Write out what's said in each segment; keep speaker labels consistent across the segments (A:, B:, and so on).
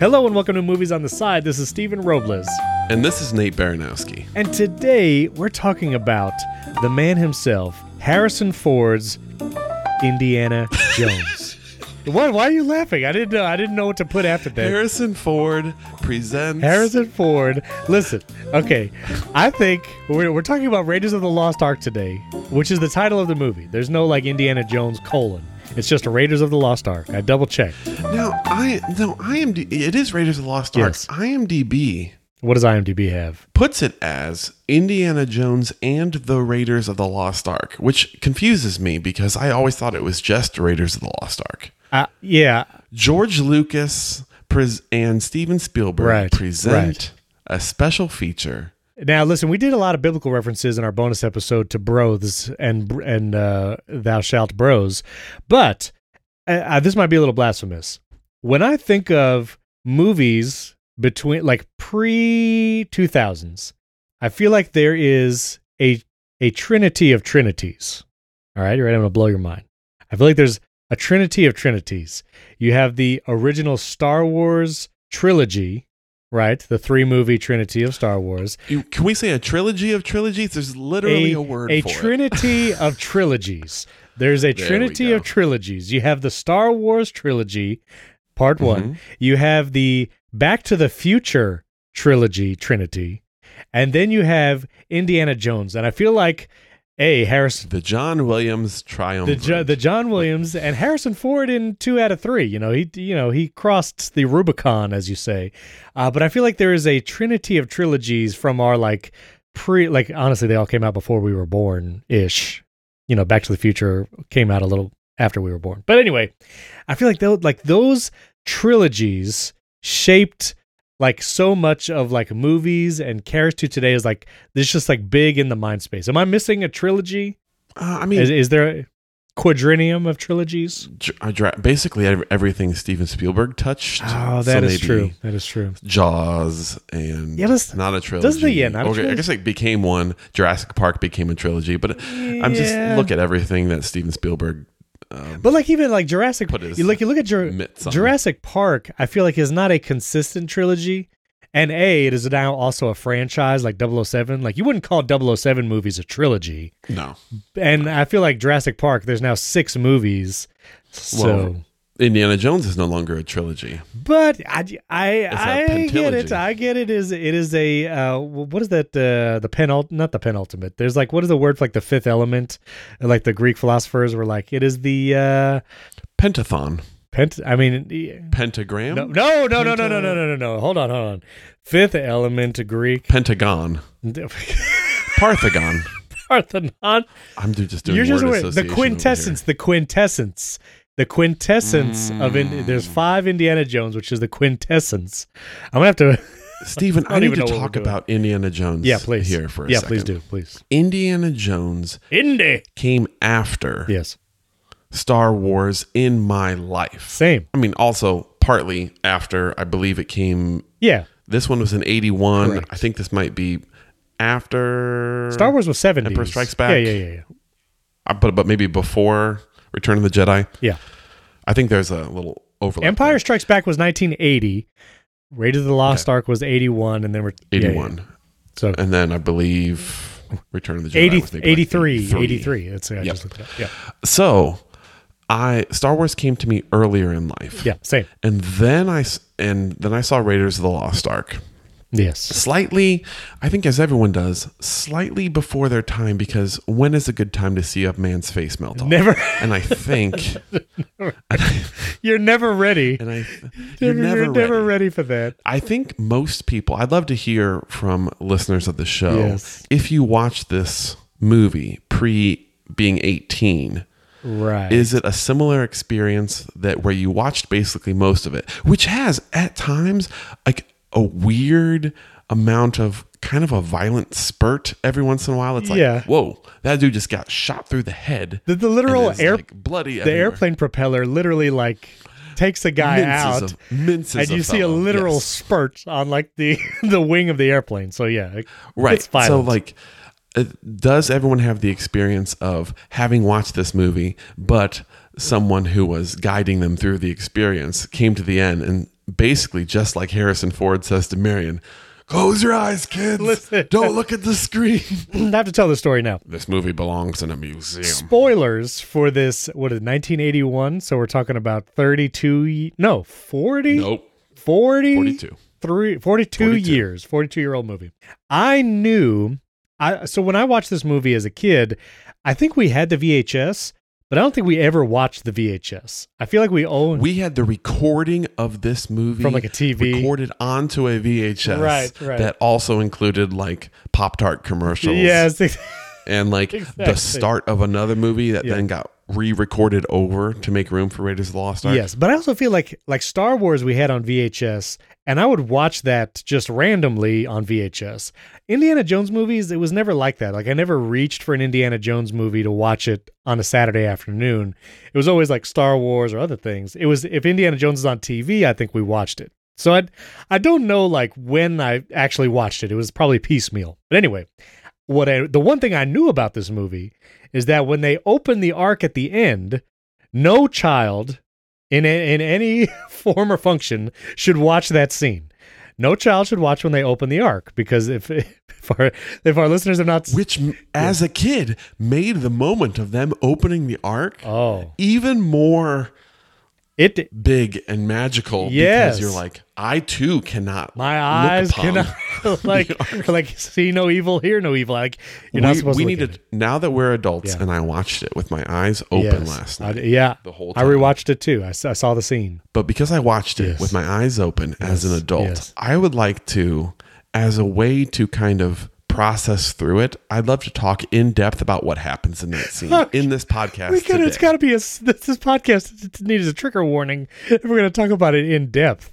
A: Hello and welcome to Movies on the Side. This is Stephen Robles.
B: And this is Nate Baranowski.
A: And today we're talking about the man himself, Harrison Ford's Indiana Jones. what? Why are you laughing? I didn't know. I didn't know what to put after that.
B: Harrison Ford presents.
A: Harrison Ford. Listen, okay. I think we're, we're talking about Raiders of the Lost Ark today, which is the title of the movie. There's no like Indiana Jones colon. It's just Raiders of the Lost Ark. I double checked.
B: No, I no, IMD. It is Raiders of the Lost Ark.
A: Yes.
B: IMDb
A: What does IMDb have?
B: puts it as Indiana Jones and the Raiders of the Lost Ark, which confuses me because I always thought it was just Raiders of the Lost Ark.
A: Uh, yeah,
B: George Lucas pres- and Steven Spielberg
A: Right,
B: present a special feature.
A: Now, listen, we did a lot of biblical references in our bonus episode to Bros and and uh, Thou Shalt Bros, but uh, uh, this might be a little blasphemous. When I think of movies between like pre two thousands, I feel like there is a a trinity of trinities. All right, you ready? I'm gonna blow your mind. I feel like there's a trinity of trinities. You have the original Star Wars trilogy, right? The three movie trinity of Star Wars.
B: You, can we say a trilogy of trilogies? There's literally a, word
A: a
B: for it.
A: trinity of trilogies. There's a
B: There we
A: trinity
B: go.
A: of trilogies. You have the Star Wars trilogy, part
B: Mm-hmm.
A: one. You have the Back to the Future trilogy trinity, and then you have Indiana Jones. And I feel like, a Harrison,
B: The John Williams
A: the
B: triumvirate.
A: jo- the John Williams and Harrison Ford in two out of three. You know he you know he crossed the Rubicon, as you say. Uh, but I feel like there is a trinity of trilogies from our like pre like honestly they all came out before we were born ish. You know, Back to the Future came out a little after we were born. But anyway, I feel like those like those trilogies shaped like so much of like movies and characters today is like this just like big in the mind space. Am I missing a trilogy?
B: Uh, I mean,
A: Is, is there a quadrinium of trilogies?
B: dr- uh, dra- basically ev- everything Steven Spielberg touched.
A: Oh, Ah, that is
B: maybe
A: That is true.
B: Jaws and
A: Yeah, that's-
B: not a trilogy.
A: the- yeah, not a
B: okay, I
A: trilogy.
B: guess it became one. Jurassic Park became a trilogy, but I'm just
A: Yeah.
B: look at everything that Steven Spielberg. Um,
A: But like even like Jurassic,
B: Put it as
A: you look you look at Jur-
B: mitts on.
A: Jurassic Park. I feel like is not a consistent trilogy, and a it is now also a franchise like 007. Like you wouldn't call 007 movies a trilogy,
B: no,
A: and I feel like Jurassic Park. There's now six movies, so.
B: Well, Indiana Jones is no longer a trilogy.
A: But I, I,
B: a
A: I get it.
B: pentilogy.
A: I get it. Is it is a uh, wh- what is that? Uh, the penult, not the penultimate. There's like what is the word for like the fifth element? Like the Greek philosophers were like, it is the uh,
B: Pentathon,
A: pent. I mean, e-
B: pentagram,
A: no, no, no, no, no, no, no, no, no, no. Hold on, hold on. Fifth element Greek
B: pentagon, Parthenon.
A: Parthenon.
B: I'm do- just doing
A: You're just
B: word
A: aware. the
B: association over here.
A: quintessence. The quintessence. The quintessence of in,
B: Mm.
A: there's five Indiana Jones, which is the quintessence. I'm gonna have to.
B: Steven,
A: don't
B: I need
A: even
B: to
A: know what we're
B: talk
A: doing.
B: about Indiana Jones.
A: Yeah, please.
B: Here for a
A: yeah,
B: second.
A: please do, please.
B: Indiana Jones
A: Indy.
B: came after
A: Yes.
B: Star Wars in my life.
A: Same.
B: I mean, also partly after, I believe it came.
A: Yeah.
B: This one was in 81.
A: Correct.
B: I think this might be after
A: Star Wars was 70s.
B: Hmm. Emperor Strikes Back.
A: Yeah, yeah, yeah, yeah.
B: Uh, but, but maybe before Return of the Jedi.
A: Yeah.
B: I think there's a little overlap.
A: Empire Strikes Back was 1980. Raided the Lost Ark was 81 and then we're yeah, yeah.
B: 81.
A: So
B: And then I believe Return of the Jedi
A: 80,
B: was maybe like
A: 83, 83. That's I
B: Yep.
A: just looked it up. Yeah.
B: So I Star Wars came to me earlier in life.
A: Yeah, same.
B: And then I s- and then I saw Raiders of the Lost Ark.
A: Yes.
B: slightly i think as everyone does slightly before their time because when is a good time to see a man's face melt off
A: Never
B: and i think
A: You're never ready.
B: and i you're never,
A: you're never
B: ready.
A: ready for that.
B: i think most people i'd love to hear from listeners of the show
A: Yes.
B: if you watch this movie pre being 18
A: Right.
B: is it a similar experience that where you watched basically most of it which has at times like a weird amount of kind of a violent spurt every once in a while it's like
A: Yeah.
B: whoa that dude just got shot through the head
A: the, the
B: and
A: literal
B: is,
A: air
B: like, bloody
A: the airplane propeller literally like takes a guy out.
B: minces a- minces
A: and
B: a
A: you see a
B: fellow,
A: literal
B: yes.
A: spurt on like the the wing of the airplane. So yeah, it-
B: right
A: It's violent.
B: so like uh, does everyone have the experience of having watched this movie but someone who was guiding them through the experience came to the end and basically just like Harrison Ford says to Marion, close your eyes, kids.
A: Listen.
B: Don't look at the screen.
A: I have to tell the story now.
B: this movie belongs in a museum.
A: Spoilers for this, what is it, 1981? So we're talking about 32, ye- no, 40?
B: Nope.
A: 40?
B: 42.
A: Three, 42,
B: 42.
A: years, 42 year old movie. I knew, I so when I watched this movie as a kid, I think we had the VHS, but I don't think we ever watched the VHS. I feel like we own
B: We had the recording of this movie
A: from like a TV.
B: recorded onto a VHS
A: Right, right.
B: that also included like Pop Tart commercials.
A: Yes,
B: and like
A: Exactly.
B: the start of another movie that
A: Yeah.
B: then got re-recorded over to make room for Raiders of the Lost Ark.
A: yes, but I also feel like like Star Wars we had on VHS, and I would watch that just randomly on VHS. Indiana Jones movies, it was never like that. Like I never reached for an Indiana Jones movie to watch it on a Saturday afternoon. It was always like Star Wars or other things. It was if Indiana Jones is on TV, I think we watched it. So I I don't know like when I actually watched it. It was probably piecemeal. But anyway, what I, the one thing I knew about this movie is that when they open the ark at the end, no child in a, in any form or function should watch that scene. No child should watch when they open the ark because if if our, if our listeners have not
B: Which m- as a kid made the moment of them opening the ark
A: oh
B: even more
A: it
B: big and magical
A: Yes.
B: because you're like I too cannot
A: my eyes
B: look upon.
A: cannot like like see no evil hear no evil like you're not
B: we,
A: supposed
B: we
A: to look
B: needed
A: at it.
B: now that we're adults
A: Yeah.
B: and I watched it with my eyes open
A: Yes.
B: last
A: I-
B: night.
A: yeah
B: the whole
A: I
B: time.
A: rewatched it too I s- I saw, the scene
B: But because I watched it
A: Yes.
B: with my eyes open as an
A: Yes,
B: adult,
A: yes.
B: I would like to, as a way to kind of process through it, I'd love to talk in depth about what happens in that scene
A: Look,
B: in this podcast.
A: we could,
B: today.
A: it's got to be a s- this, this podcast it needs a trigger warning if we're going to talk about it in depth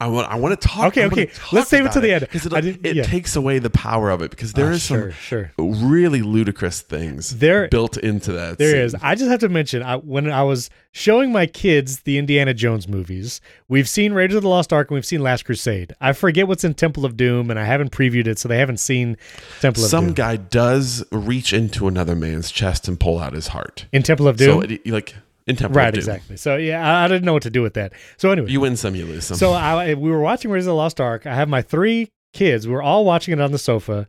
B: I want. I want to talk.
A: Okay,
B: I wanna
A: okay. Let's save it to
B: about
A: the end.
B: because
A: I
B: it'll-
A: did-
B: it
A: yeah.
B: takes away the power of it because there
A: Ah,
B: is
A: sure, sure.
B: some really ludicrous things
A: There-
B: built into that.
A: There
B: scene.
A: is. I just have to mention I, when I was showing my kids the Indiana Jones movies, we've seen Raiders of the Lost Ark and we've seen Last Crusade. I forget what's in Temple of Doom, and I haven't previewed it, so they haven't seen Temple of
B: Some
A: Doom.
B: guy does reach into another man's chest and pull out his heart.
A: in Temple of
B: So
A: Doom,
B: it, like in Temple of
A: right?
B: Doom.
A: Exactly. So yeah, I, I didn't know what to do with that. So anyway,
B: You win some, you lose some.
A: So I we were watching Raiders of the Lost Ark. I have my three kids. We are all watching it on the sofa.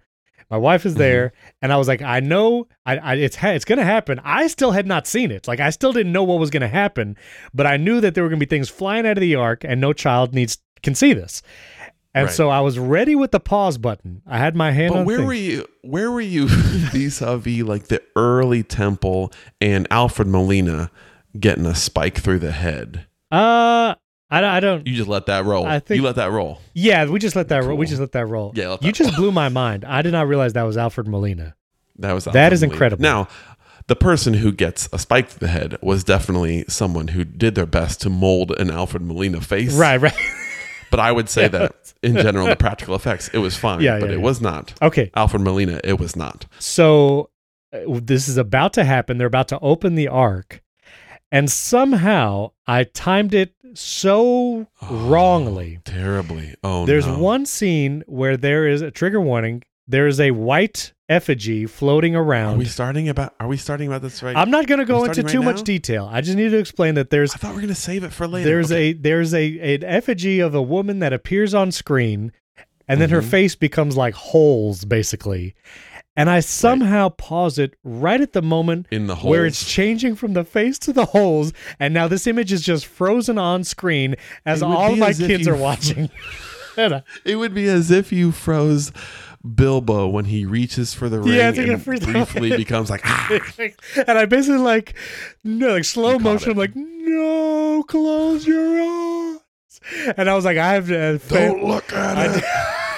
A: My wife
B: Mm-hmm.
A: is there, and I was like, I know, I, I it's ha- it's gonna happen. I still had not seen it. Like I still didn't know what was gonna happen, but I knew that there were gonna be things flying out of the ark, and no child needs can see this. And
B: Right.
A: so I was ready with the pause button. I had my hand
B: But
A: on.
B: where
A: thing.
B: were you? Where were you vis-a-vis like the early Temple and Alfred Molina getting a spike through the head?
A: Uh, I, don't- I don't.
B: You just let that roll.
A: I think-
B: you let that roll.
A: Yeah, we just let that. roll. We
B: Cool.
A: just let that roll.
B: Yeah, let
A: you
B: that
A: just blew my mind. I did not realize that was Alfred Molina.
B: That was
A: That
B: Alfred
A: is
B: Molina.
A: incredible.
B: Now, the person who gets a spike through the head was definitely someone who did their best to mold an Alfred Molina face.
A: Right, right.
B: But I would say that in general, the practical effects, it was fine.
A: Yeah,
B: but
A: yeah,
B: it
A: yeah.
B: was not
A: Okay.
B: Alfred Molina. It was not.
A: So uh, this is about to happen. They're about to open the ark. And somehow I timed it so wrongly.
B: Terribly. Oh,
A: There's
B: no.
A: one scene where there is a trigger warning. There is a white effigy floating
B: Are we
A: around.
B: starting about? Are we starting about this right?
A: I'm not going to
B: Are
A: go
B: we
A: into
B: starting
A: too
B: right
A: much
B: now?
A: detail. I just need to explain that there's
B: I thought we were gonna save it for later.
A: there's
B: Okay.
A: a there's a an effigy of a woman that appears on screen and then her
B: Mm-hmm.
A: face becomes like holes basically. And I somehow pause it right at the moment
B: in the whole
A: where it's changing from the face to the holes, and now this image is just frozen on screen as
B: It would
A: all
B: be
A: my
B: as if
A: kids
B: you-
A: are watching. And I-
B: it would be as if you froze Bilbo when he reaches for the ring
A: Yeah, I think I
B: and
A: froze-
B: briefly becomes like ah,
A: and I basically like, no, like slow
B: caught
A: motion.
B: it.
A: I'm like, no, close your eyes. And I was like, I have to.
B: don't look
A: I
B: at
A: did-
B: it.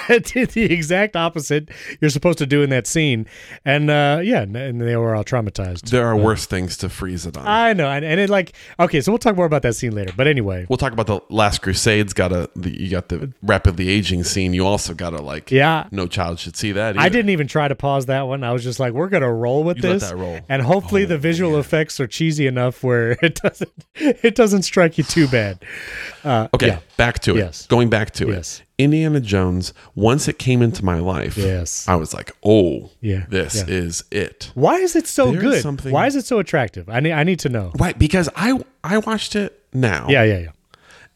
A: I did the exact opposite you're supposed to do in that scene, and uh, yeah, and, and they were all traumatized.
B: There are worse things to freeze it on.
A: I know, and, and it like okay, so we'll talk more about that scene later. But anyway,
B: we'll talk about the Last Crusade's got a the, you got the rapidly aging scene. You also got to like
A: yeah,
B: no child should see that.
A: I
B: either.
A: didn't even try to pause that one. I was just like, we're gonna roll with
B: You let
A: this,
B: that roll. Oh,
A: and hopefully the visual effects are cheesy enough where it doesn't it doesn't strike you too bad. Uh,
B: Okay,
A: yeah.
B: back to it.
A: Yes.
B: Going back to
A: Yes.
B: it. Indiana Jones. Once it came into my life,
A: Yes.
B: I was like, oh,
A: Yeah,
B: this
A: yeah.
B: is it.
A: Why is it so
B: There is
A: good?
B: something-
A: Why is it so attractive? I need I need to know.
B: Right, because I I watched it now.
A: Yeah, yeah, yeah.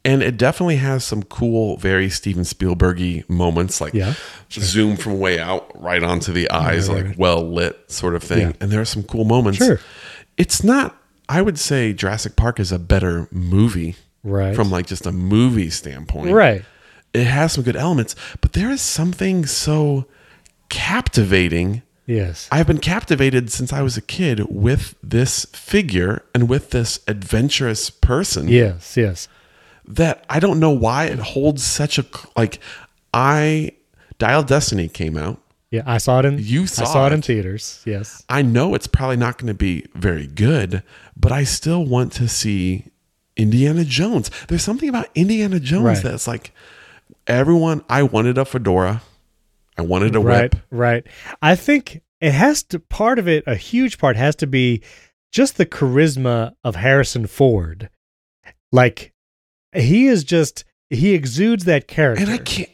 B: And it definitely has some cool, very Steven Spielbergy moments, like
A: Yeah,
B: zoom from way out right onto the eyes,
A: right,
B: like
A: right.
B: well lit sort of thing.
A: Yeah.
B: And there are some cool moments.
A: Sure.
B: It's not. I would say Jurassic Park is a better movie
A: right.
B: from like just a movie standpoint.
A: right.
B: It has some good elements, but there is something so captivating
A: Yes.
B: I've been captivated since I was a kid with this figure and with this adventurous person
A: yes. Yes.
B: that I don't know why it holds such a cl- like I Dial of Destiny came out.
A: Yeah. I saw it in.
B: You
A: I
B: saw
A: saw it in
B: it.
A: theaters. Yes.
B: I know it's probably not going to be very good, but I still want to see Indiana Jones. There's something about Indiana Jones
A: Right.
B: that's like everyone I wanted a fedora. I wanted a
A: right
B: whip.
A: right i think it has to part of it a huge part has to be just the charisma of harrison ford like he is just he exudes that character
B: and I can't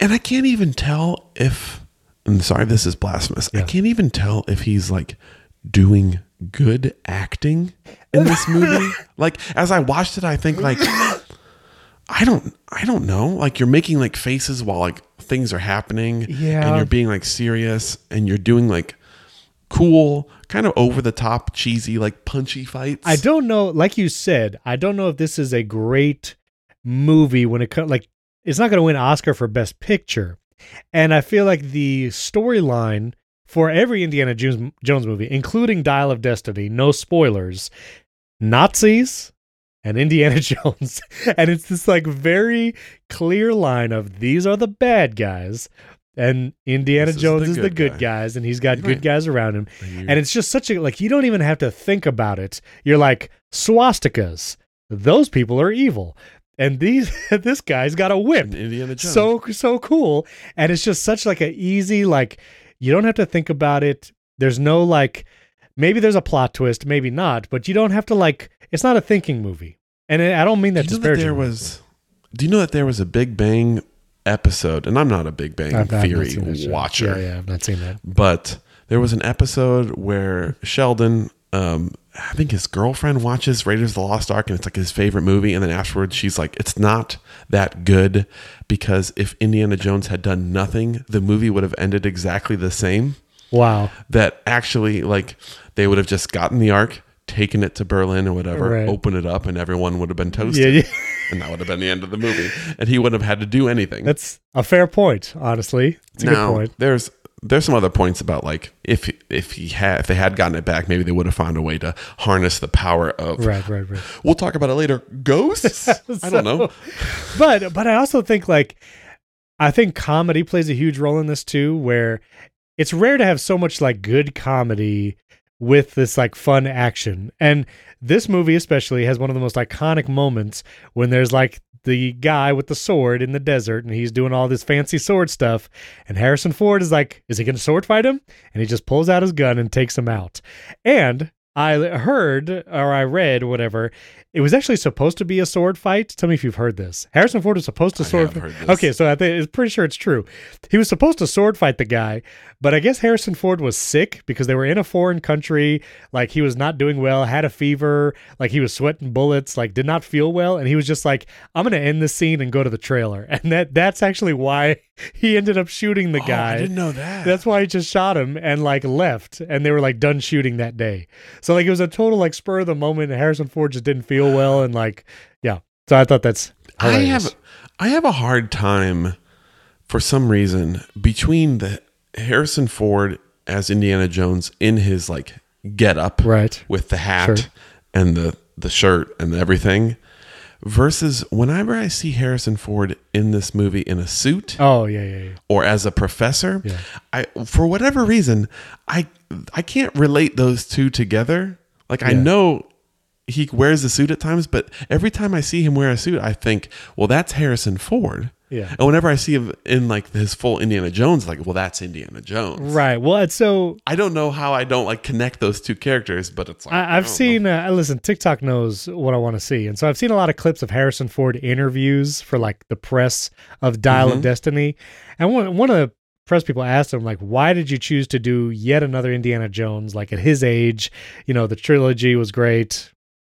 B: and I can't even tell if I'm sorry this is blasphemous. I
A: Yeah.
B: can't even tell if he's like doing good acting in this movie. like as I watched it I think like I don't I don't know. Like you're making like faces while like things are happening
A: Yeah.
B: and you're being like serious and you're doing like cool kind of over the top cheesy like punchy fights.
A: I don't know like you said i don't know if this is a great movie when it comes like it's not going to win oscar for best picture and i feel like the storyline for every indiana jones, jones movie including dial of destiny no spoilers Nazis and Indiana Jones. and it's this like very clear line of these are the bad guys and Indiana
B: This is
A: Jones
B: the
A: is the
B: good
A: good
B: guy.
A: guys and he's got
B: You're
A: good
B: right.
A: guys around him.
B: You're-
A: And it's just such a like you don't even have to think about it. You're like swastikas. Those people are evil. And these this guy's got a whip
B: Indiana Jones.
A: so so cool and it's just such like an easy like you don't have to think about it there's no like maybe there's a plot twist maybe not but you don't have to like it's not a thinking movie and I I don't mean that
B: do you know that
A: disparagingly.
B: there was do you know that there was a big bang episode and i'm not a big bang
A: I've- I've not
B: theory
A: seen that show.
B: watcher
A: Yeah, yeah, I've not seen that.
B: but there was an episode where sheldon um, i think his girlfriend watches raiders of the lost ark and it's like his favorite movie and then afterwards she's like it's not that good because if indiana jones had done nothing the movie would have ended exactly the same
A: Wow.
B: that actually like they would have just gotten the ark taken it to berlin or whatever
A: Right.
B: opened it up and everyone would have been toasted
A: Yeah, yeah,
B: and that would have been the end of the movie. And he wouldn't have had to do anything.
A: that's a fair point. Honestly, it's a
B: now,
A: good point.
B: There's there's some other points about like if if he had if they had gotten it back, maybe they would have found a way to harness the power of.
A: Right, right, right.
B: We'll talk about it later. Ghosts. I don't know.
A: So- But but I also think like I think comedy plays a huge role in this too, where it's rare to have so much like good comedy with this like fun action. And this movie especially has one of the most iconic moments when there's like the guy with the sword in the desert and he's doing all this fancy sword stuff and Harrison Ford is like, is he going to sword fight him? And he just pulls out his gun and takes him out. And I heard or I read whatever, it was actually supposed to be a sword fight. Tell me if you've heard this. Harrison Ford was supposed to
B: I
A: sword
B: have heard this.
A: Okay, so I think it's pretty sure it's true. He was supposed to sword fight the guy, but I guess Harrison Ford was sick because they were in a foreign country, like he was not doing well, had a fever, like he was sweating bullets, like did not feel well, and he was just like, I'm gonna end this scene and go to the trailer. And that that's actually why he ended up shooting the
B: Oh,
A: guy.
B: I didn't know that.
A: That's why he just shot him and like left, and they were like done shooting that day. So like it was a total like spur of the moment. And Harrison Ford just didn't feel well, and like yeah. So I thought that's
B: I
A: hilarious.
B: have I have a hard time for some reason between the Harrison Ford as Indiana Jones in his like get up
A: right.
B: with the hat
A: Sure.
B: and the the shirt and everything versus whenever I see Harrison Ford in this movie in a suit
A: Oh yeah, yeah, yeah.
B: or as a professor,
A: Yeah.
B: I for whatever reason I I can't relate those two together. Like I
A: Yeah.
B: know he wears a suit at times, but every time I see him wear a suit, I think, well, that's Harrison Ford.
A: Yeah.
B: And whenever I see him in like his full Indiana Jones, like, well, that's Indiana Jones.
A: Right. Well, it's so
B: I don't know how I don't like connect those two characters, but it's like
A: I, I've seen. Uh, listen, TikTok knows what I want to see, and so I've seen a lot of clips of Harrison Ford interviews for like the press of Dial of Destiny, and one one of the press people asked him like, "Why did you choose to do yet another Indiana Jones? Like at his age, you know, the trilogy was great."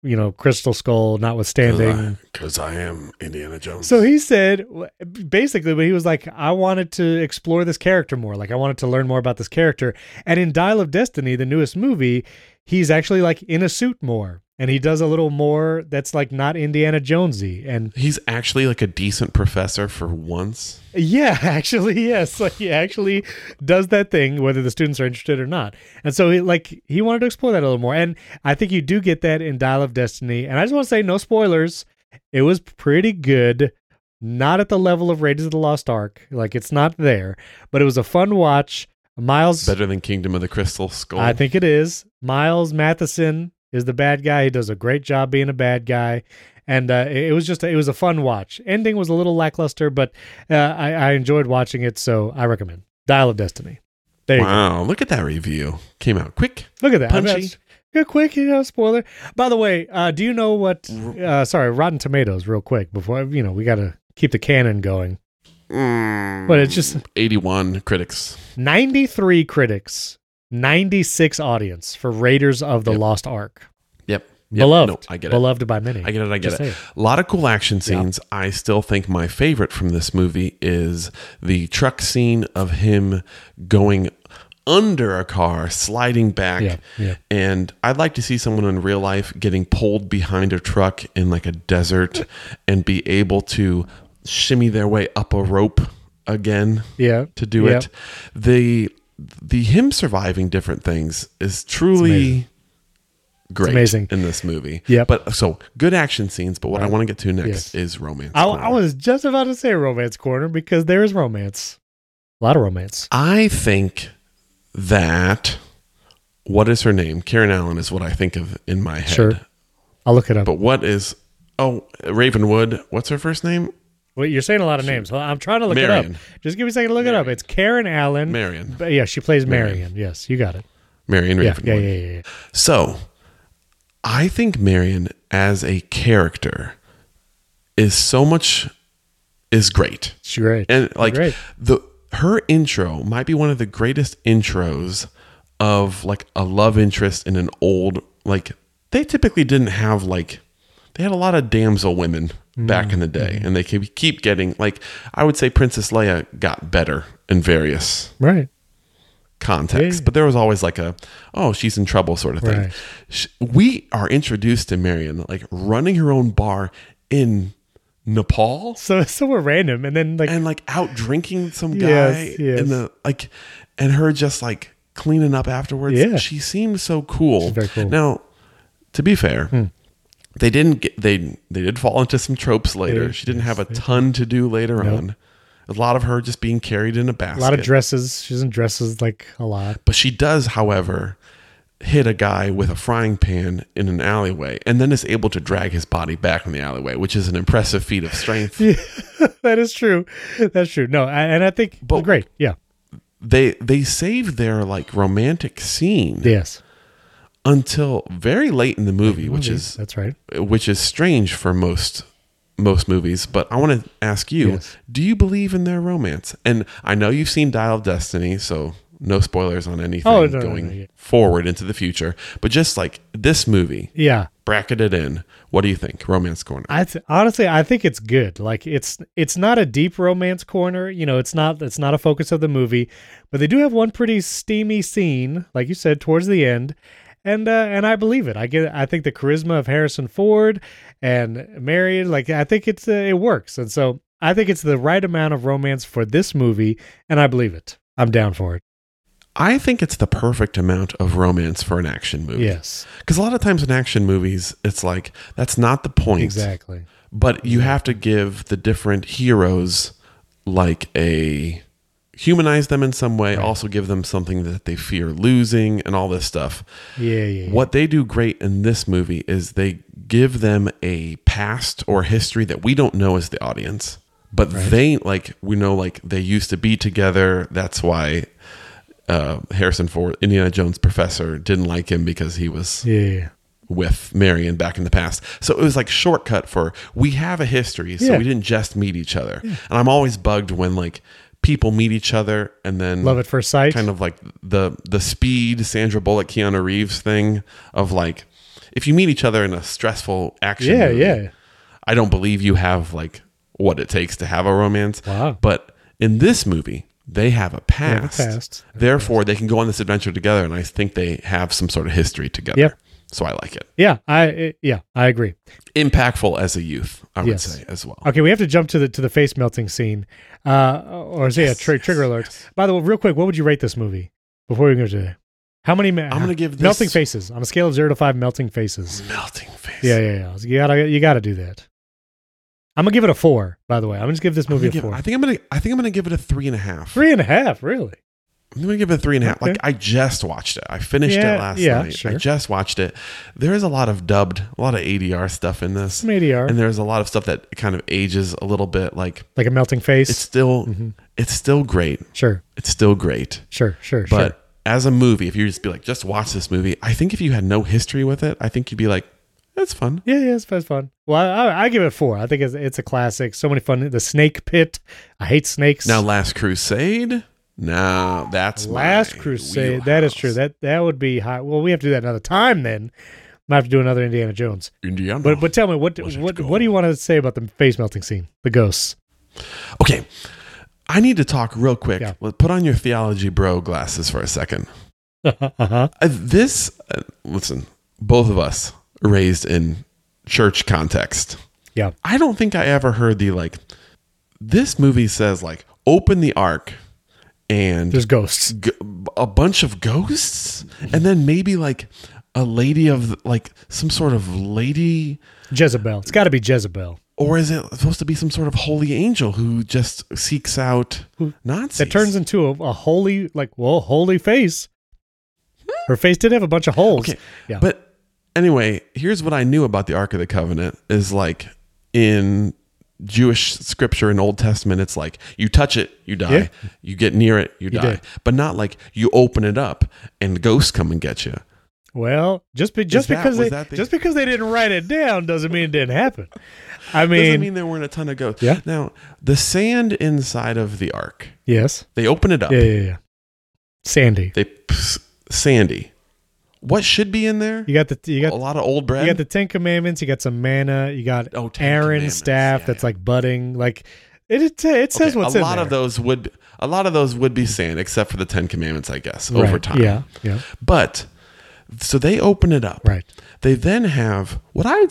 A: you know, Crystal Skull notwithstanding.
B: Because I, am Indiana Jones.
A: So he said basically, but he was like, I wanted to explore this character more. Like, I wanted to learn more about this character. And in Dial of Destiny, the newest movie, he's actually like in a suit more. And he does a little more that's like not Indiana Jonesy. And
B: He's actually like a decent professor for once.
A: yeah, actually, yes. Like he actually does that thing, whether the students are interested or not. And so he like he wanted to explore that a little more. And I think you do get that in Dial of Destiny. And I just want to say, no spoilers. It was pretty good. Not at the level of Raiders of the Lost Ark. Like it's not there. But it was a fun watch. Miles
B: Better than Kingdom of the Crystal Skull.
A: I think it is. Miles Matheson is the bad guy. He does a great job being a bad guy. And uh, it it was just it was a fun watch. Ending was a little lackluster, but uh, I, I enjoyed watching it, so I recommend Dial of Destiny. There you
B: Wow, look at that review. Came out quick.
A: go. Look at that.
B: Punchy.
A: I mean, that's- Good quick, you know, spoiler. By the way, uh, do you know what? Uh, sorry, Rotten Tomatoes, real quick before you know we got to keep the canon going.
B: Mm,
A: But it's just
B: 81 critics.
A: 93 critics, 96 audience for Raiders of the
B: Yep.
A: Lost Ark.
B: Yep. Yep.
A: Beloved,
B: No, I get it.
A: beloved by many.
B: I get it. I get
A: Just
B: it.
A: say
B: A lot of cool action
A: Yeah.
B: scenes. I still think my favorite from this movie is the truck scene of him going under a car, sliding back.
A: Yeah, yeah.
B: And I'd like to see someone in real life getting pulled behind a truck in like a desert and be able to shimmy their way up a rope again
A: Yeah.
B: to do
A: Yeah.
B: it. The the him surviving different things
A: amazing.
B: is truly great
A: amazing.
B: in this movie.
A: Yep.
B: But so good action scenes, but what I want to get to
A: Yes.
B: next is romance.
A: I,
B: corner.
A: I was just about to say romance corner because there is romance, a lot of romance.
B: I think that what is her name? Karen Allen is what I think of in my head.
A: Sure. I'll look it up.
B: But what is oh Ravenwood, what's her first name?
A: Well, you're saying a lot of names. Well, I'm trying to look it
B: Marion.
A: up. Just give me a second to look it up.
B: Marion.
A: It's Karen Allen.
B: Marion.
A: But yeah, she plays Marion.
B: Marion.
A: Yes, you got it.
B: Marion
A: Yeah,
B: Ravenwood.
A: yeah, yeah, yeah, yeah.
B: So, I think Marion as a character is so much is great.
A: She's great.
B: And like
A: Great.
B: the her intro might be one of the greatest intros of like a love interest in an old like they typically didn't have like they had a lot of damsel women back in the day and they keep keep getting like I would say Princess Leia got better in various
A: right.
B: context,
A: Yeah.
B: but there was always like a, oh, she's in trouble sort of thing.
A: Right.
B: Sh We are introduced to Marion like running her own bar in Nepal
A: So so we're random, and then like
B: and like out drinking some guy
A: Yes, yes.
B: in the like, and her just like cleaning up afterwards.
A: Yeah.
B: she seemed so cool.
A: very cool. Hmm.
B: Now, to be fair. They didn't get they they did fall into some tropes later.
A: They-
B: she didn't have a ton to do later on. A lot of her just being carried in a basket.
A: a lot of dresses. She's in dresses like a lot.
B: But she does, however, hit a guy with a frying pan in an alleyway and then is able to drag his body back from the alleyway, which is an impressive feat of strength.
A: that is true. That's true. No, I, and I think
B: But-
A: great. Yeah.
B: They they save their like romantic scene
A: Yes.
B: until very late in the movie, which is
A: that's right.
B: which is strange for most most movies, but I want to ask you,
A: Yes.
B: do you believe in their romance? And I know you've seen Dial of Destiny, so no spoilers on anything
A: Oh, no, no,
B: going
A: no, yeah.
B: forward into the future, but just like this movie,
A: Yeah.
B: bracketed in. What do you think? Romance corner.
A: I th- honestly, I think it's good. Like it's it's not a deep romance corner. You know, it's not it's not a focus of the movie, but they do have one pretty steamy scene, like you said, towards the end, and uh, and I believe it. I get. I think the charisma of Harrison Ford and Marion, like I think it's uh, it works, and so I think it's the right amount of romance for this movie, and I believe it. I'm down for it.
B: I think it's the perfect amount of romance for an action movie.
A: Yes,
B: Because a lot of times in action movies, it's like that's not the point.
A: exactly.
B: But you have to give the different heroes like a humanize them in some way, also give them something that they fear losing and all this stuff.
A: Yeah, yeah. yeah.
B: What they do great in this movie is they give them a past or history that we don't know as the audience, but they like we know like they used to be together. That's why uh, Harrison Ford, Indiana Jones professor, didn't like him because he was
A: Yeah, yeah.
B: with Marion back in the past. So it was like shortcut for we have a history, so
A: Yeah.
B: we didn't just meet each other. And I'm always bugged when like people meet each other and then
A: Love at first sight.
B: kind of like the the speed Sandra Bullock Keanu Reeves thing of like if you meet each other in a stressful action,
A: Yeah,
B: movie,
A: yeah.
B: I don't believe you have like what it takes to have a romance.
A: Wow.
B: But in this movie, they have a past.
A: past.
B: Therefore, they can go on this adventure together, and I think they have some sort of history together.
A: Yep.
B: So I like it.
A: Yeah, I I- yeah, I agree.
B: Impactful as a youth, I would
A: Yes.
B: say as well.
A: Okay, we have to jump to the to the face melting scene, uh, or say a tri- trigger alert. By the way, real quick, what would you rate this movie before we go today? How many? Ma-
B: I'm gonna give this Mm-hmm.
A: melting faces on a scale of zero to five. Melting faces.
B: melting face.
A: Yeah, yeah, yeah. You gotta you gotta do that. I'm gonna give it a four. By the way, I'm gonna just give this
B: I'm gonna
A: movie a
B: give-
A: four.
B: I think I'm gonna. I think I'm gonna give it a three and a half.
A: Three and a half, really.
B: I'm gonna give it a three and a half.
A: Okay.
B: Like I just watched it. I finished
A: Yeah,
B: it last
A: yeah,
B: night.
A: sure.
B: I just watched it. There is a lot of dubbed, a lot of ADR stuff in this,
A: Some ADR,
B: and there's a lot of stuff that kind of ages a little bit. Like
A: like a melting
B: it's
A: face. Mm-hmm.
B: still, it's still great.
A: Sure,
B: It's still great.
A: sure, sure,
B: But
A: sure.
B: as a movie, if you just be like, just watch this movie, I think if you had no history with it, I think you'd be like, that's fun.
A: Yeah, yeah, it's, it's fun. Well, I, I, I give it a four. I think it's, it's a classic. So many fun. The Snake Pit. I hate snakes.
B: Now, Last Crusade. Now that's my
A: Last Crusade. That is true.
B: wheelhouse.
A: That that would be high. Well, we have to do that another time then. Might have to do another Indiana Jones.
B: Indiana.
A: But but tell me what
B: Was it
A: what
B: gold?
A: what do you want to say about the face melting scene? The ghosts.
B: Okay. I need to talk real quick.
A: Yeah.
B: Let- Put on your theology bro glasses for a second.
A: uh-huh.
B: Uh, this, uh, listen, both of us raised in church context.
A: Yeah.
B: I don't think I ever heard the like, this movie says, like, open the ark and
A: There's ghosts.
B: g- a bunch of ghosts and then maybe like a lady of like some sort of lady
A: Jezebel. It's got to be Jezebel.
B: or is it supposed to be some sort of holy angel who just seeks out Nazis?
A: That turns into a, a holy like well holy face. Her face did have a bunch of holes.
B: Hmm. Okay.
A: Yeah.
B: But anyway, here's what I knew about the Ark of the Covenant is like in Jewish scripture in Old Testament, it's like you touch it, you die.
A: Yeah.
B: You get near it, you, die.
A: did.
B: But not like you open it up and ghosts come and get you.
A: well, just be, just
B: that-
A: because
B: was
A: they
B: that the-
A: just because they didn't write it down doesn't mean it didn't happen. I mean,
B: Doesn't mean there weren't a ton of ghosts.
A: Yeah.
B: Now, the sand inside of the Ark,
A: yes.
B: they open it up.
A: Yeah, yeah, yeah. Sandy.
B: They pss, sandy. What should be in there?
A: You got the you got
B: a lot of old bread.
A: You got the Ten Commandments. You got some manna. You got
B: Oh, Ten
A: Aaron's
B: Commandments.
A: staff
B: Yeah,
A: that's
B: yeah.
A: like budding. Like it, it, it says
B: Okay,
A: what's
B: a
A: in
B: lot
A: there.
B: of those would a lot of those would be sand, except for the Ten Commandments, I guess,
A: Right,
B: over time.
A: Yeah, yeah,
B: But so they open it up.
A: right.
B: They then have what I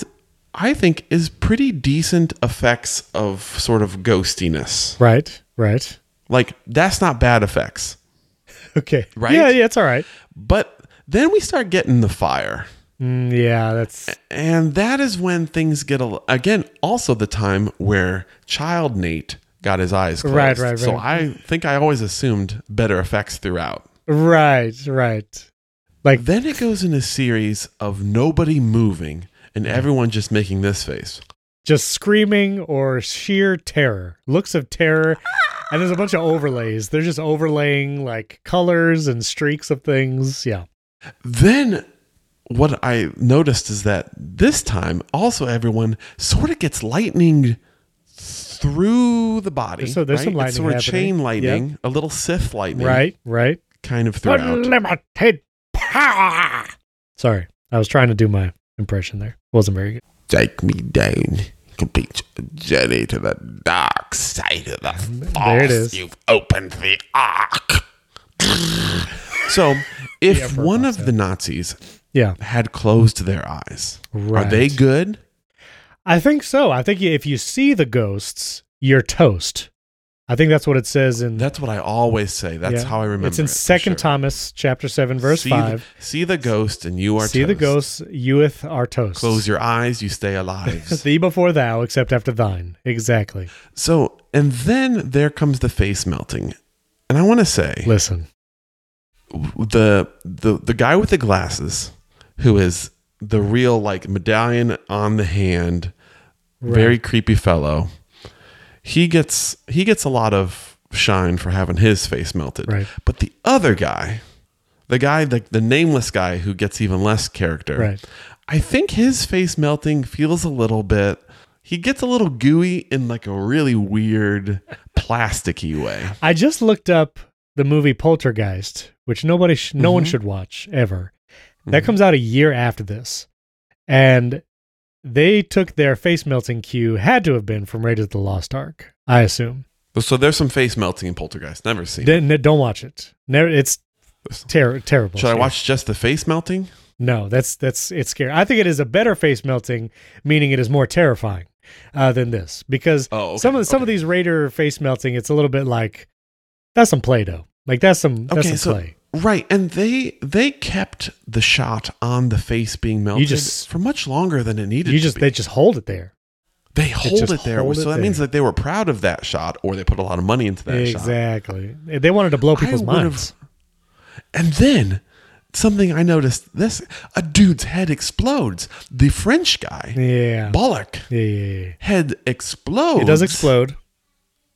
B: I think is pretty decent effects of sort of ghostiness.
A: Right, right.
B: Like that's not bad effects.
A: Okay.
B: Right?
A: Yeah, yeah, it's all right.
B: But then we start getting the fire.
A: Mm, yeah, that's
B: And that is when things get a l- again also the time where child Nate got his eyes closed.
A: Right, right,
B: So
A: right.
B: I think I always assumed better effects throughout.
A: right, right. Like
B: Then it goes in a series of nobody moving and everyone just making this face.
A: just screaming or sheer terror, looks of terror, and there's a bunch of overlays. They're just overlaying like colors and streaks of things. Yeah.
B: Then what I noticed is that this time also everyone sort of gets lightning through the body.
A: There's so- there's some
B: right? It's sort
A: lightning
B: of chain
A: happening. Yep.
B: lightning, a little Sith lightning,
A: Right, right.
B: Kind of throughout.
A: Unlimited power. Sorry, I was trying to do my impression there. Wasn't very good.
B: Take me down. Complete journey to the dark side of the force.
A: There it is.
B: You've opened the ark. so, if
A: Yeah, for
B: one
A: us,
B: of the Nazis
A: Yeah,
B: had closed their eyes,
A: right.
B: are they good?
A: I think so. I think if you see the ghosts, you're toast. I think that's what it says in.
B: That's what I always say. That's
A: yeah.
B: how I remember.
A: It's in
B: it, for
A: Second
B: sure.
A: Thomas chapter seven, verse
B: see
A: five.
B: The, see the ghost, and you are.
A: see the
B: toast.
A: ghosts, youth are toast.
B: Close your eyes, you stay alive.
A: Thee before thou, except after thine. Exactly.
B: so, and then there comes the face melting, and I want to say.
A: Listen.
B: the the the guy with the glasses who is the real like medallion on the hand
A: Right.
B: very creepy fellow he gets he gets a lot of shine for having his face melted
A: Right.
B: but the other guy the guy the, the nameless guy who gets even less character
A: Right.
B: i think his face melting feels a little bit he gets a little gooey in like a really weird plasticky way
A: I just looked up the movie
B: Mm-hmm.
A: Poltergeist, which nobody, sh- no one should watch ever. That comes out a year after this, and they took their face melting cue had to have been from Raiders of the Lost Ark, I assume.
B: So there's some face melting in Poltergeist. Never seen. it.
A: Then then don't watch it. Never, it's ter- terrible.
B: Should I
A: shit.
B: watch just the face melting?
A: No, that's that's it's scary. I think it is a better face melting, meaning it is more terrifying uh, than this because
B: Oh, okay,
A: some of some of
B: okay.
A: these Raider face melting, it's a little bit like that's some Play-Doh. Like that's some that's
B: Okay,
A: some
B: so
A: clay.
B: Right, and they they kept the shot on the face being melted
A: just-
B: for much longer than it needed.
A: You
B: to
A: just
B: be.
A: they just hold it there.
B: They hold
A: just
B: it there,
A: hold
B: so
A: it
B: that means
A: there.
B: that they were proud of that shot, or they put a lot of money into that shot.
A: exactly. They wanted to blow
B: I
A: people's
B: would've-
A: minds.
B: And then something I noticed: this a dude's head explodes. The French guy,
A: Yeah.
B: Bollock,
A: yeah. Yeah. yeah.
B: head explodes.
A: It does explode.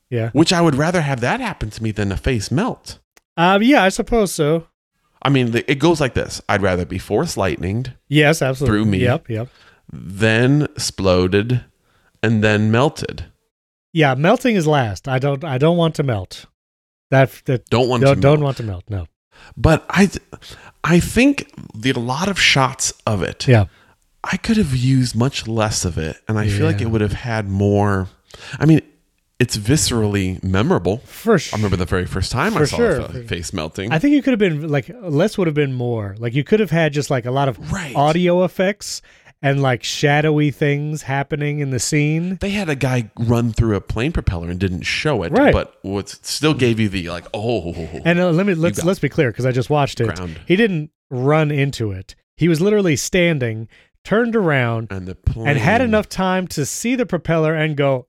A: Yeah.
B: which I would rather have that happen to me than a face melt.
A: Um. Yeah. I suppose so.
B: I mean, the, it goes like this: I'd rather be force lightninged,
A: Yes. Absolutely.
B: Through me.
A: Yep. Yep.
B: then exploded, and then melted.
A: Yeah. Melting is last. I don't. I don't want to melt. That. That.
B: Don't want
A: don't,
B: to.
A: don't
B: melt.
A: want to melt. No.
B: But I, I think the a lot of shots of it.
A: Yeah.
B: I could have used much less of it, and I feel like
A: Yeah.
B: it would have had more. I mean, it's viscerally memorable.
A: For sure.
B: I remember the very first time I
A: For
B: saw
A: sure.
B: a fa- face melting.
A: I think you could have been like less would have been more. Like you could have had just like a lot of
B: Right.
A: audio effects and like shadowy things happening in the scene.
B: they had a guy run through a plane propeller and didn't show it,
A: Right.
B: but what still gave you the like, oh,
A: And uh, let me let's let's be clear because I just watched it.
B: Ground.
A: He didn't run into it. He was literally standing, turned around,
B: and the plane
A: and had enough time to see the propeller and go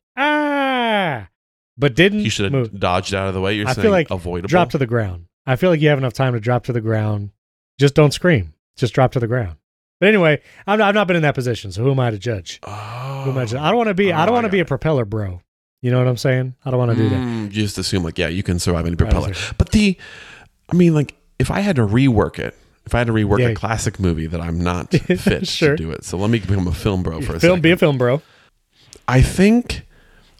A: ah, but didn't
B: You should
A: move.
B: have dodged out of the way. You're
A: I
B: saying
A: feel like
B: avoidable.
A: Drop to the ground. I feel like you have enough time to drop to the ground. Just don't scream. Just drop to the ground. But anyway, I'm not, I've not been in that position, so who am I to judge?
B: oh,
A: Who am I, to, I don't want to be.
B: Oh,
A: I don't want
B: I
A: to be
B: got
A: a propeller bro. You know what I'm saying? I don't want to do that.
B: Mm, you just assume like, yeah, you can survive any
A: Right,
B: propeller.
A: exactly.
B: But the, I mean, like, if I had to rework it, if I had to rework
A: Yeah.
B: a classic movie that I'm not fit
A: Sure.
B: to do it, so let me become a film bro for a
A: Film, be a
B: second.
A: film bro.
B: I think,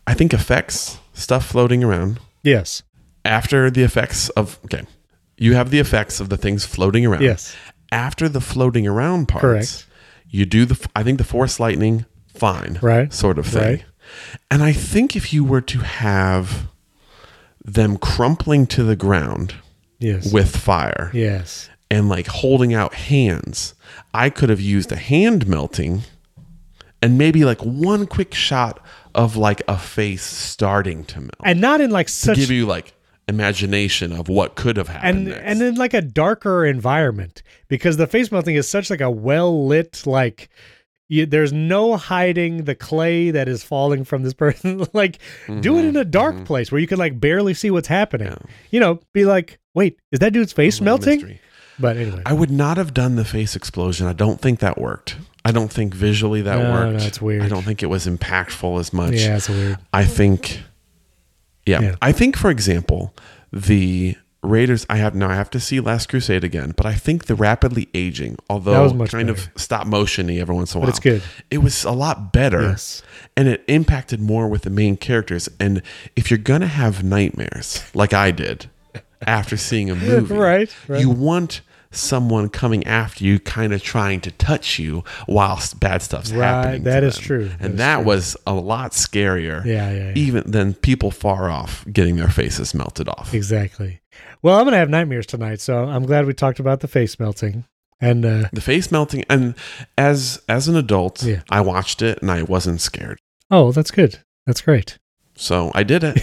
B: I think effects stuff floating around
A: Yes.
B: after the effects of okay, you have the effects of the things floating around.
A: Yes.
B: After the floating around parts,
A: Correct.
B: you do the f- I think the force lightning fine
A: Right.
B: sort of thing.
A: Right.
B: And I think if you were to have them crumpling to the ground
A: Yes.
B: with fire
A: yes.
B: and like holding out hands, I could have used a hand melting and maybe like one quick shot of like a face starting to melt.
A: And not in like such
B: give you like imagination of what could have happened
A: and
B: next.
A: and in like a darker environment because the face melting is such like a well lit like you, there's no hiding the clay that is falling from this person like do it in a dark place where you can like barely see what's happening
B: Mm-hmm. Yeah.
A: you know be like wait is that dude's face
B: Little
A: melting
B: mystery.
A: but anyway
B: I would not have done the face explosion. I don't think that worked. I don't think visually that
A: No,
B: worked.
A: that's weird.
B: I don't think it was impactful as much.
A: yeah it's weird
B: I think yeah.
A: Yeah.
B: I think for example, the Raiders I have now I have to see Last Crusade again, but I think the rapidly aging,
A: That
B: although
A: was much
B: kind
A: better.
B: of stop motion y every once in a
A: But
B: while.
A: it's good.
B: It was a lot better.
A: Yes.
B: And it impacted more with the main characters. And if you're gonna have nightmares, like I did after seeing a movie,
A: Right, right.
B: you want someone coming after you kind of trying to touch you whilst bad stuff's
A: Right,
B: happening
A: that
B: That is
A: is true. That
B: and
A: is
B: that was a lot scarier
A: Yeah, yeah, yeah.
B: even than people far off getting their faces melted off
A: exactly well i'm gonna have nightmares tonight so i'm glad we talked about the face melting and uh
B: the face melting and as as an adult
A: Yeah.
B: i watched it and i wasn't scared
A: oh that's good that's great
B: so i did it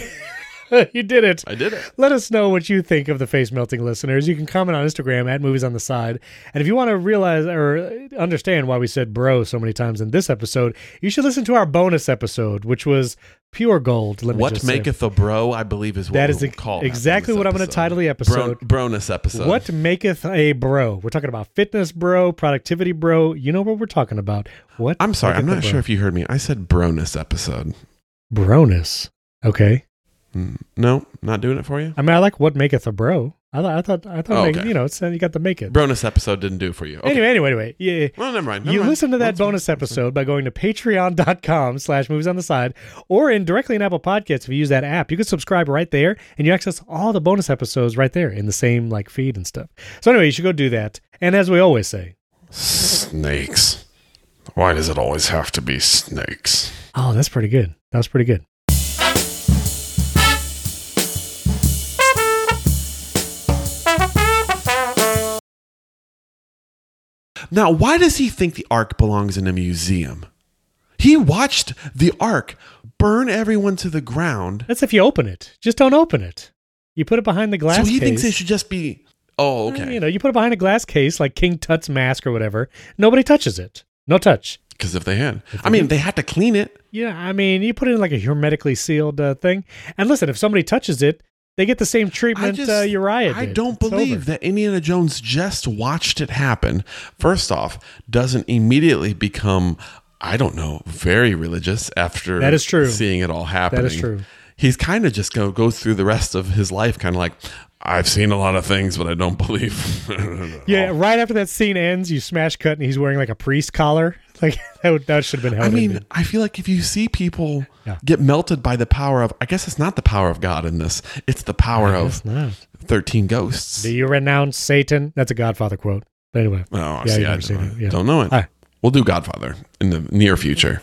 A: you did it
B: i did it
A: Let us know what you think of the face melting listeners. You can comment on Instagram at movies on the side. And if you want to realize or understand why we said bro so many times in this episode, you should listen to our bonus episode, which was pure gold. Let me
B: what
A: just
B: maketh a bro i believe is what
A: That
B: we
A: is
B: will
A: ex-
B: call
A: exactly what I'm gonna title the episode.
B: Bro- bronus
A: say.
B: episode
A: What maketh a bro? We're talking about fitness bro, productivity bro. You know what we're talking about. What?
B: i'm sorry i'm
A: maketh a
B: not
A: bro?
B: sure if you heard me i said bronus episode
A: Bronus. Okay.
B: Mm, no not doing it for you
A: I mean, I like what maketh a bro. I, th- I thought, I thought,
B: Oh,
A: make-
B: okay.
A: you know, it's, you got to make it.
B: bronus episode didn't do it for you okay
A: Anyway, anyway, anyway. Yeah.
B: well never mind never
A: You
B: mind.
A: listen to that
B: That's fine.
A: bonus episode by going to patreon.com slash movies on the side or in directly in Apple Podcasts if you use that app. You can subscribe right there and you access all the bonus episodes right there in the same like feed and stuff. So anyway, you should go do that. And as we always say,
B: snakes Why does it always have to be snakes?
A: Oh, that's pretty good. That was pretty good.
B: Now, why does he think the Ark belongs in a museum? He watched the Ark burn everyone to the ground,
A: That's if you open it. Just don't open it. You put it behind the glass.
B: so he
A: case. Uh,
B: thinks it should just be. Oh,
A: You
B: okay.
A: know, you put it behind a glass case like King Tut's mask or whatever. Nobody touches it. No touch.
B: Because if they had, I mean, they had to clean it.
A: Yeah, I mean, you put it in like a hermetically sealed uh, thing. And listen, if somebody touches it, they get the same
B: I
A: treatment
B: just,
A: uh, Uriah did.
B: I don't
A: It's
B: believe
A: over.
B: that Indiana Jones just watched it happen. First off, doesn't immediately become, I don't know, very religious after
A: That is true.
B: seeing it all happen.
A: true.
B: He's kind of just go goes through the rest of his life, kind of like, I've seen a lot of things, but I don't believe.
A: Yeah,
B: Oh.
A: right after that scene ends, you smash cut and he's wearing like a priest collar. Like that, would, that should have been
B: I
A: held. in
B: mean,
A: there.
B: I feel like if you see people
A: Yeah.
B: get melted by the power of, I guess it's not the power of God in this, it's the power of
A: That's not.
B: 13 ghosts.
A: Do you renounce Satan? That's a Godfather quote. But anyway,
B: Oh,
A: Yeah,
B: see,
A: you've
B: I
A: never seen
B: don't,
A: it, yeah.
B: don't know it.
A: All right.
B: We'll do Godfather in the near future.